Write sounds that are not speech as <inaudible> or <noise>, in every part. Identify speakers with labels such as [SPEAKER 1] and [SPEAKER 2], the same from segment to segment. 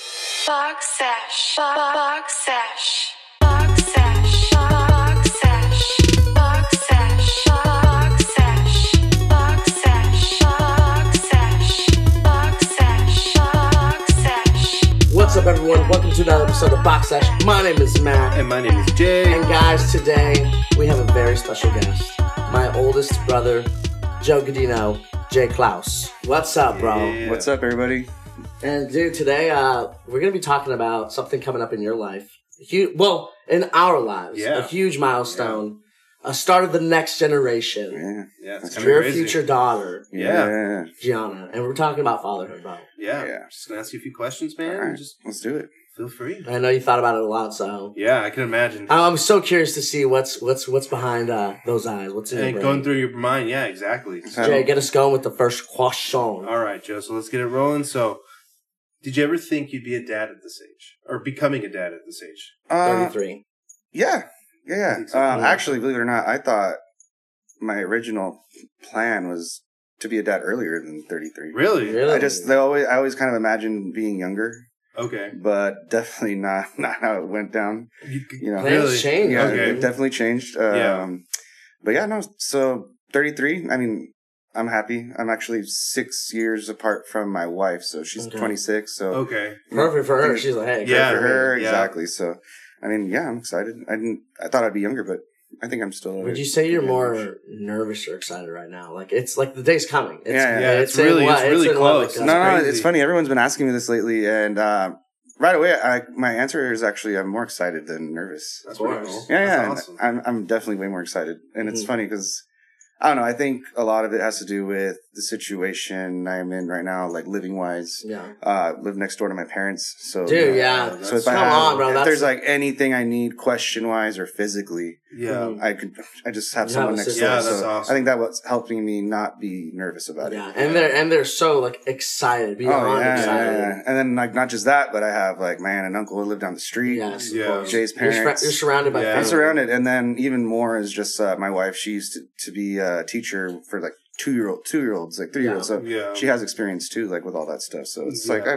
[SPEAKER 1] Fox Sash. Fox Sash. Fox Sash. Fox Sash. Fox Sash. Fox Sash. Fox Sash. Fox Sash. Fox Sash. Fox Sash.
[SPEAKER 2] What's up, everyone? Welcome to another episode of Box Sash. My name is Matt,
[SPEAKER 3] And my name is Jay.
[SPEAKER 2] and guys, today we have a very special guest. My oldest brother, Joe Godino, Jay Klaus. What's up, bro?
[SPEAKER 3] Yeah. What's up, everybody?
[SPEAKER 2] And dude, today uh, we're gonna be talking about something coming up in your life. Hu well, in our lives,
[SPEAKER 3] Yeah.
[SPEAKER 2] a huge milestone, a start of the next generation.
[SPEAKER 4] Yeah.
[SPEAKER 3] Yeah, it's
[SPEAKER 2] for
[SPEAKER 3] kinda
[SPEAKER 2] Your
[SPEAKER 3] crazy.
[SPEAKER 2] future daughter,
[SPEAKER 3] Yeah,
[SPEAKER 2] Gianna, and we're talking about fatherhood, bro.
[SPEAKER 3] yeah.
[SPEAKER 4] Yeah.
[SPEAKER 3] Just gonna ask you a few questions, man.
[SPEAKER 4] All right.
[SPEAKER 3] Just
[SPEAKER 4] Let's do it.
[SPEAKER 3] feel free.
[SPEAKER 2] I know you thought about it a lot, so
[SPEAKER 3] Yeah, I can imagine.
[SPEAKER 2] I'm so curious to see what's what's what's behind uh, those eyes. What's in your
[SPEAKER 3] and
[SPEAKER 2] brain?
[SPEAKER 3] going through your mind, yeah, exactly.
[SPEAKER 2] Jay, get us going with the first question.
[SPEAKER 4] Uh,
[SPEAKER 3] All right, Joe. So let's get it rolling. So, did you ever think you'd be a dad at this age, or becoming a dad at this age?
[SPEAKER 4] Uh,
[SPEAKER 2] Thirty-three.
[SPEAKER 4] yeah. Yeah.
[SPEAKER 3] Think so?
[SPEAKER 4] Uh,
[SPEAKER 2] Yeah.
[SPEAKER 4] actually, believe it or not, I thought my original plan was to be a dad earlier than 33.
[SPEAKER 3] Really?
[SPEAKER 2] Really?
[SPEAKER 4] I just, they always, I always kind of imagined being younger,
[SPEAKER 3] Okay.
[SPEAKER 4] but <laughs> definitely not, not how it went down.
[SPEAKER 3] You,
[SPEAKER 4] You know,
[SPEAKER 2] Plans
[SPEAKER 3] Really?
[SPEAKER 2] change.
[SPEAKER 4] yeah,
[SPEAKER 3] okay.
[SPEAKER 4] it definitely changed. Um,
[SPEAKER 3] Yeah.
[SPEAKER 4] But yeah, no. So 33, I mean, I'm happy. I'm actually six years apart from my wife, so she's
[SPEAKER 2] Okay.
[SPEAKER 4] 26. So
[SPEAKER 3] okay.
[SPEAKER 2] Perfect for her. She's like, hey,
[SPEAKER 3] Yeah.
[SPEAKER 4] for her
[SPEAKER 3] yeah.
[SPEAKER 4] exactly so i mean yeah i'm excited i didn't i thought i'd be younger but i think i'm still
[SPEAKER 2] Would you say you're more nervous or excited right now? Like it's like the day's coming. It's,
[SPEAKER 4] Yeah,
[SPEAKER 3] yeah, it's
[SPEAKER 2] in
[SPEAKER 3] really-
[SPEAKER 2] what-
[SPEAKER 3] it's really
[SPEAKER 2] in what,
[SPEAKER 3] close.
[SPEAKER 2] like, uh,
[SPEAKER 4] no no
[SPEAKER 3] crazy.
[SPEAKER 4] it's funny everyone's been asking me this lately and uh, right away I, my answer is actually i'm more excited than nervous
[SPEAKER 3] That's
[SPEAKER 2] Of
[SPEAKER 3] pretty
[SPEAKER 2] course.
[SPEAKER 3] cool.
[SPEAKER 4] yeah
[SPEAKER 3] That's
[SPEAKER 4] yeah
[SPEAKER 3] awesome.
[SPEAKER 4] I'm, I'm definitely way more excited and it's
[SPEAKER 2] Mhm.
[SPEAKER 4] funny because i don't know i think a lot of it has to do with the situation i'm in right now like living wise
[SPEAKER 2] yeah.
[SPEAKER 4] uh I live next door to my parents so
[SPEAKER 2] Dude, yeah.
[SPEAKER 4] so if
[SPEAKER 3] that's-
[SPEAKER 4] I
[SPEAKER 2] Come
[SPEAKER 4] have,
[SPEAKER 2] on, bro,
[SPEAKER 4] if
[SPEAKER 2] that's-
[SPEAKER 4] there's like anything I need question wise or physically,
[SPEAKER 3] Yeah.
[SPEAKER 4] I could I just have
[SPEAKER 2] You
[SPEAKER 4] someone
[SPEAKER 2] have a
[SPEAKER 4] next to
[SPEAKER 2] system.
[SPEAKER 4] me.
[SPEAKER 3] Yeah, that's
[SPEAKER 4] so
[SPEAKER 3] awesome.
[SPEAKER 4] I think that was helping me not be nervous about it.
[SPEAKER 2] Yeah. And they're and they're so like excited,
[SPEAKER 4] Oh,
[SPEAKER 2] beyond excited.
[SPEAKER 4] And then like not just that, but I have like my aunt and uncle who live down the street.
[SPEAKER 2] Yes.
[SPEAKER 3] Yeah.
[SPEAKER 2] Yeah.
[SPEAKER 4] Jay's
[SPEAKER 2] You're, sur-
[SPEAKER 4] parents.
[SPEAKER 2] you're surrounded by
[SPEAKER 3] Yeah.
[SPEAKER 2] family.
[SPEAKER 4] I'm surrounded, and then even more is just uh, my wife. She used to, to be a teacher for like two year old, two year olds, like three year olds. So
[SPEAKER 3] Yeah.
[SPEAKER 4] she has experience too, like with all that stuff. So it's like
[SPEAKER 3] Yeah.
[SPEAKER 4] I,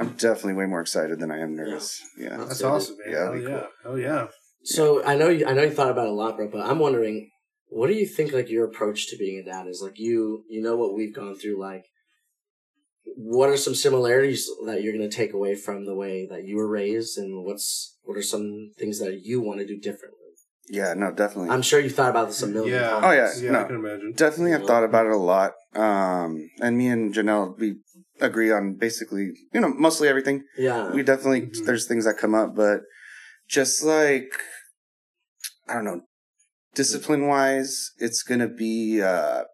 [SPEAKER 4] I'm definitely way more excited than I am nervous. Yeah,
[SPEAKER 3] That's
[SPEAKER 2] Yeah,
[SPEAKER 3] awesome, man.
[SPEAKER 4] that'd
[SPEAKER 3] Hell
[SPEAKER 4] be
[SPEAKER 3] yeah. Oh yeah.
[SPEAKER 2] So I know you, I know you thought about it a lot, bro. But I'm wondering, what do you think like your approach to being a dad is? Like you you know what we've gone through. Like, what are some similarities that you're gonna take away from the way that you were raised, and what's what are some things that you want to do differently?
[SPEAKER 4] yeah, no, definitely.
[SPEAKER 2] I'm sure you thought about this a million
[SPEAKER 3] Yeah.
[SPEAKER 2] times.
[SPEAKER 4] Oh, yeah.
[SPEAKER 3] Yeah. I
[SPEAKER 4] No.
[SPEAKER 3] can imagine.
[SPEAKER 4] Definitely, I've
[SPEAKER 2] Mm-hmm.
[SPEAKER 4] thought about it a lot. Um, and me and Janelle, we agree on basically, you know, mostly everything.
[SPEAKER 2] yeah.
[SPEAKER 4] We definitely,
[SPEAKER 2] Mm-hmm.
[SPEAKER 3] Mhm.
[SPEAKER 4] there's things that come up, but just like, I don't know, discipline wise, it's going to be uh,
[SPEAKER 2] Uh-huh.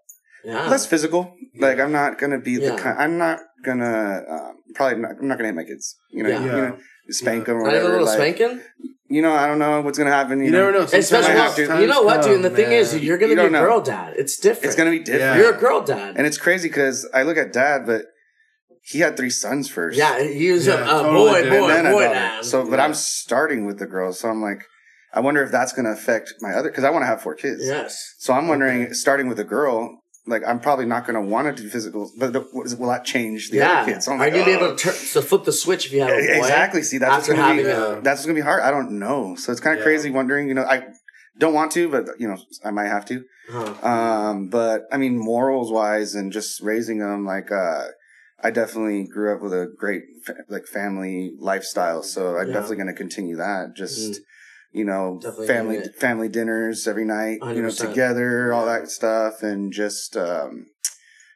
[SPEAKER 2] yeah.
[SPEAKER 4] less physical. Like, I'm not going to be the
[SPEAKER 2] Yeah.
[SPEAKER 4] kind, I'm not going to, um, probably, not, I'm not going to hit my kids. You know,
[SPEAKER 2] Yeah.
[SPEAKER 4] you know spank them or
[SPEAKER 2] Not even a
[SPEAKER 4] whatever.
[SPEAKER 2] little
[SPEAKER 4] like,
[SPEAKER 2] spanking,
[SPEAKER 4] You know, I don't know what's going to happen. You,
[SPEAKER 3] You
[SPEAKER 4] know,
[SPEAKER 3] never know.
[SPEAKER 2] especially
[SPEAKER 4] might have
[SPEAKER 3] Sometimes
[SPEAKER 4] to-
[SPEAKER 2] well, you know what, dude. And the thing is,
[SPEAKER 3] man.
[SPEAKER 2] you're gonna
[SPEAKER 4] You
[SPEAKER 2] be a
[SPEAKER 4] don't know.
[SPEAKER 2] girl dad. It's different.
[SPEAKER 4] It's going to be
[SPEAKER 3] Yeah.
[SPEAKER 4] different.
[SPEAKER 2] You're a girl dad.
[SPEAKER 4] And it's crazy because I look at dad, but he had three sons first.
[SPEAKER 2] yeah, he was
[SPEAKER 3] Yeah,
[SPEAKER 2] a, a
[SPEAKER 3] totally
[SPEAKER 2] boy,
[SPEAKER 3] different.
[SPEAKER 2] boy,
[SPEAKER 4] and then
[SPEAKER 2] boy
[SPEAKER 4] a daughter.
[SPEAKER 2] dad.
[SPEAKER 4] So, but
[SPEAKER 2] Yeah.
[SPEAKER 4] I'm starting with the girls. So I'm like, I wonder if that's going to affect my other because I want to have four kids.
[SPEAKER 2] yes.
[SPEAKER 4] So I'm wondering, starting with a girl, like I'm probably not going to want to do physical, but the, what is- will that change the
[SPEAKER 2] yeah.
[SPEAKER 4] other kids? So I'm
[SPEAKER 2] Are you
[SPEAKER 4] like,
[SPEAKER 2] gonna be
[SPEAKER 4] "Ugh."
[SPEAKER 2] able to, tur to flip the switch if you have a boy?
[SPEAKER 4] exactly? See, that's what's
[SPEAKER 2] After
[SPEAKER 4] gonna be,
[SPEAKER 2] having
[SPEAKER 3] a-
[SPEAKER 4] that's what's going to be hard. I don't know. So it's kind of
[SPEAKER 3] Yeah.
[SPEAKER 4] crazy wondering. You know, I don't want to, but you know, I might have to.
[SPEAKER 2] Huh.
[SPEAKER 4] Um, but I mean, morals wise and just raising them, like, uh, I definitely grew up with a great fa- like family lifestyle, so I'm
[SPEAKER 2] Yeah. Mm-hmm.
[SPEAKER 4] definitely going to continue that. Just you know,
[SPEAKER 2] Definitely
[SPEAKER 4] family
[SPEAKER 2] doing it.
[SPEAKER 4] family dinners every night, you know,
[SPEAKER 2] 100%.
[SPEAKER 4] together, all that stuff, and just um,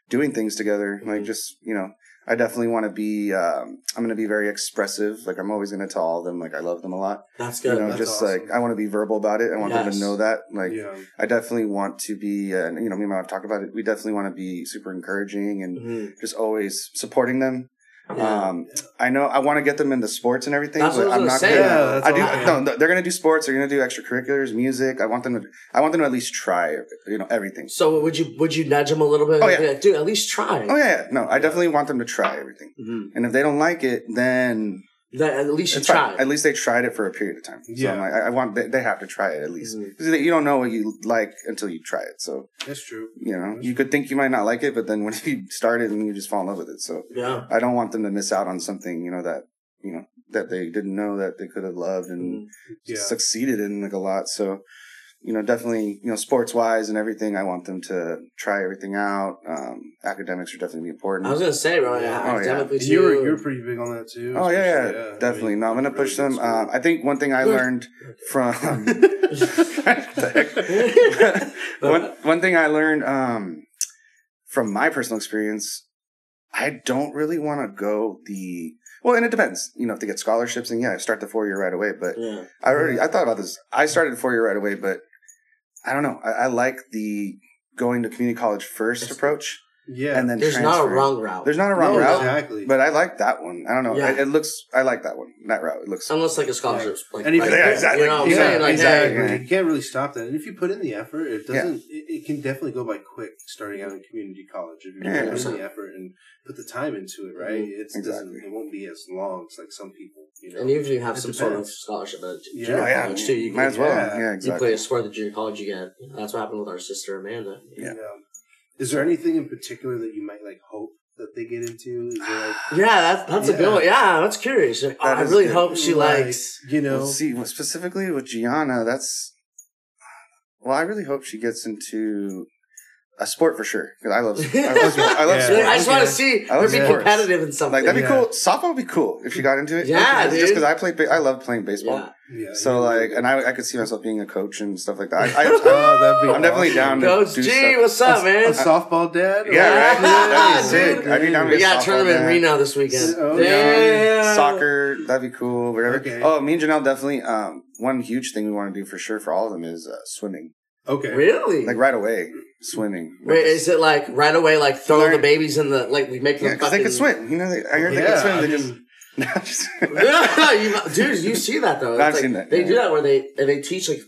[SPEAKER 4] doing things together. Like
[SPEAKER 2] Mhm.
[SPEAKER 4] just you know, I definitely want to be. Um, I'm going to be very expressive. Like I'm always going to tell all of them like I love them a lot.
[SPEAKER 2] That's
[SPEAKER 4] You
[SPEAKER 2] good.
[SPEAKER 4] know,
[SPEAKER 3] that's
[SPEAKER 4] just
[SPEAKER 3] awesome.
[SPEAKER 4] like I want to be verbal about it. I want them
[SPEAKER 2] Yes.
[SPEAKER 4] to know that. Like
[SPEAKER 3] yeah.
[SPEAKER 4] I definitely want to be, uh, you know, me and my wife talked about it. We definitely want to be super encouraging and
[SPEAKER 2] Mhm.
[SPEAKER 4] just always supporting them.
[SPEAKER 2] Yeah.
[SPEAKER 4] Um, I know I want to get them into sports and everything,
[SPEAKER 2] That's
[SPEAKER 4] but
[SPEAKER 2] what I
[SPEAKER 4] I'm
[SPEAKER 2] was
[SPEAKER 4] not
[SPEAKER 2] gonna say.
[SPEAKER 4] going to.
[SPEAKER 3] Yeah, that's
[SPEAKER 4] I do.
[SPEAKER 3] awesome.
[SPEAKER 4] No, no, they're going to do sports. They're going to do extracurriculars, music. I want them to. I want them to at least try, you know, everything.
[SPEAKER 2] so would you would you nudge him a little bit?
[SPEAKER 4] Oh,
[SPEAKER 2] Like,
[SPEAKER 4] yeah.
[SPEAKER 2] Dude, at least try.
[SPEAKER 4] Oh yeah, yeah. no, I definitely want them to try everything.
[SPEAKER 2] Mhm.
[SPEAKER 4] And if they don't like it, then
[SPEAKER 2] That, at least you
[SPEAKER 4] it's
[SPEAKER 2] try.
[SPEAKER 4] fine. At least they tried it for a period of time. So
[SPEAKER 3] Yeah.
[SPEAKER 4] I'm like, I, I want. They, they have to try it at least.
[SPEAKER 2] Mhm.
[SPEAKER 4] 'Cause You don't know what you like until you try it. So
[SPEAKER 3] That's true.
[SPEAKER 4] you know you could think you might not <laughs> like it but then when you start it and you just fall in love with it so
[SPEAKER 2] Yeah.
[SPEAKER 4] i don't want them to miss out on something you know that you know that they didn't know that they could have loved and
[SPEAKER 3] Mm,
[SPEAKER 2] Mm-hmm.
[SPEAKER 3] Yeah.
[SPEAKER 4] succeeded in like a lot. So, you know, definitely, you know, sports wise and everything, I want them to try everything out. Um, academics are definitely important.
[SPEAKER 2] I was gonna say, bro.
[SPEAKER 3] Yeah.
[SPEAKER 2] Yeah.
[SPEAKER 4] Oh, yeah.
[SPEAKER 2] Academically,
[SPEAKER 3] And you were
[SPEAKER 2] too. <laughs>
[SPEAKER 3] you were pretty big on that too.
[SPEAKER 4] oh yeah,
[SPEAKER 3] especially,
[SPEAKER 4] yeah,
[SPEAKER 3] I
[SPEAKER 4] definitely.
[SPEAKER 3] mean,
[SPEAKER 4] no, I'm gonna
[SPEAKER 3] really
[SPEAKER 4] push
[SPEAKER 3] good
[SPEAKER 4] them. Um, I think one thing I
[SPEAKER 2] Look.
[SPEAKER 4] learned
[SPEAKER 3] <laughs>
[SPEAKER 4] from <laughs>
[SPEAKER 3] school.
[SPEAKER 4] one one thing I learned um, from my personal experience, I don't really want to go the well, and it depends. You know, if they get scholarships, and yeah, start the four year right away. But
[SPEAKER 2] yeah.
[SPEAKER 4] I already I thought about this. I started four year right away, but I don't know. I, I like the going to community college first approach,
[SPEAKER 3] yeah,
[SPEAKER 4] and then
[SPEAKER 2] There's not a
[SPEAKER 4] transferring.
[SPEAKER 2] wrong route.
[SPEAKER 4] There's not a wrong
[SPEAKER 2] No,
[SPEAKER 4] route,
[SPEAKER 3] exactly.
[SPEAKER 4] but I like that one. I don't know.
[SPEAKER 2] Yeah. Oh,
[SPEAKER 4] It, it looks. I like that one. That route. It looks.
[SPEAKER 2] unless like a scholarship. Like,
[SPEAKER 3] and even
[SPEAKER 2] like,
[SPEAKER 4] Yeah, exactly.
[SPEAKER 2] You know what I'm
[SPEAKER 4] Yeah,
[SPEAKER 2] saying? Like,
[SPEAKER 4] exactly.
[SPEAKER 2] hey,
[SPEAKER 4] hey.
[SPEAKER 3] you can't really stop that. And if you put in the effort, it doesn't. It, it can definitely go by quick. Starting out in community college, if you
[SPEAKER 4] Yeah. Mm-hmm.
[SPEAKER 3] put in the effort and put the time into it, right? It's doesn't.
[SPEAKER 4] Exactly.
[SPEAKER 3] It won't be as long as like some people. You know?
[SPEAKER 2] and even if you have
[SPEAKER 3] It
[SPEAKER 2] some sort of
[SPEAKER 3] depends.
[SPEAKER 2] scholarship at
[SPEAKER 3] Yeah.
[SPEAKER 4] Oh,
[SPEAKER 2] junior
[SPEAKER 4] yeah,
[SPEAKER 2] college too, you
[SPEAKER 4] might
[SPEAKER 2] can,
[SPEAKER 4] as well.
[SPEAKER 3] yeah.
[SPEAKER 4] Yeah,
[SPEAKER 2] you play
[SPEAKER 4] exactly.
[SPEAKER 2] a sport at junior college. You get that's what happened with our sister Amanda.
[SPEAKER 4] Yeah.
[SPEAKER 3] Um, is there anything in particular that you might like hope that they get into? Is there, like,
[SPEAKER 2] Yeah, that's that's a
[SPEAKER 3] Yeah.
[SPEAKER 2] good one. Yeah, that's curious. Oh, I
[SPEAKER 4] is
[SPEAKER 2] really
[SPEAKER 4] good.
[SPEAKER 2] <sighs> hope she
[SPEAKER 3] like,
[SPEAKER 2] likes.
[SPEAKER 3] you know.
[SPEAKER 4] Let's see, well, specifically with Gianna, that's. Well, I really hope she gets into a sport for sure because I love.
[SPEAKER 3] <laughs>
[SPEAKER 4] I love. Sport. I love
[SPEAKER 3] Yeah.
[SPEAKER 4] sport.
[SPEAKER 2] I just want
[SPEAKER 3] okay.
[SPEAKER 2] to see
[SPEAKER 4] I
[SPEAKER 2] her
[SPEAKER 4] love
[SPEAKER 2] be
[SPEAKER 3] sports.
[SPEAKER 2] competitive in something.
[SPEAKER 4] Like that'd be
[SPEAKER 3] Yeah.
[SPEAKER 4] cool. Softball would be cool if she got into it.
[SPEAKER 2] Yeah,
[SPEAKER 4] Just- just
[SPEAKER 2] dude.
[SPEAKER 4] because I played, ba- I love playing baseball.
[SPEAKER 2] yeah,
[SPEAKER 3] Yeah,
[SPEAKER 4] So
[SPEAKER 3] you know,
[SPEAKER 4] like, and I, I could see myself being a coach and stuff
[SPEAKER 2] <laughs>
[SPEAKER 4] like that. I, I,
[SPEAKER 3] Oh, that'd be
[SPEAKER 4] I'm definitely down to
[SPEAKER 2] Coach
[SPEAKER 4] do
[SPEAKER 2] G,
[SPEAKER 4] stuff.
[SPEAKER 2] what's up,
[SPEAKER 3] A
[SPEAKER 2] man?
[SPEAKER 3] softball dad? <laughs>
[SPEAKER 4] Yeah, right?
[SPEAKER 2] Yeah,
[SPEAKER 4] That'd be sick.
[SPEAKER 2] dude.
[SPEAKER 4] I'd be down to be
[SPEAKER 2] We
[SPEAKER 4] a
[SPEAKER 2] got
[SPEAKER 4] softball
[SPEAKER 2] a tournament in
[SPEAKER 4] dad.
[SPEAKER 2] Reno this weekend.
[SPEAKER 3] Oh,
[SPEAKER 4] Yeah.
[SPEAKER 2] Damn.
[SPEAKER 4] Soccer, that'd be cool. Whatever.
[SPEAKER 3] Okay.
[SPEAKER 4] Oh, me and Janelle definitely. Um, one huge thing we want to do for sure for all of them is uh, swimming.
[SPEAKER 3] Okay.
[SPEAKER 2] Really?
[SPEAKER 4] Like right away, swimming.
[SPEAKER 2] Wait, is it like right away? Like throw
[SPEAKER 4] Learn-
[SPEAKER 2] the babies in the like we make them
[SPEAKER 4] Yeah, because they could
[SPEAKER 2] fucking-
[SPEAKER 4] swim. You know, they, I heard they could
[SPEAKER 3] Yeah,
[SPEAKER 4] swim.
[SPEAKER 3] I
[SPEAKER 4] they
[SPEAKER 3] mean,
[SPEAKER 4] just, <laughs> Nah, just-
[SPEAKER 2] yeah, you, dude, you see that though. It's
[SPEAKER 4] I've
[SPEAKER 2] like,
[SPEAKER 4] seen that,
[SPEAKER 2] They do
[SPEAKER 4] yeah.
[SPEAKER 2] that where they and they teach like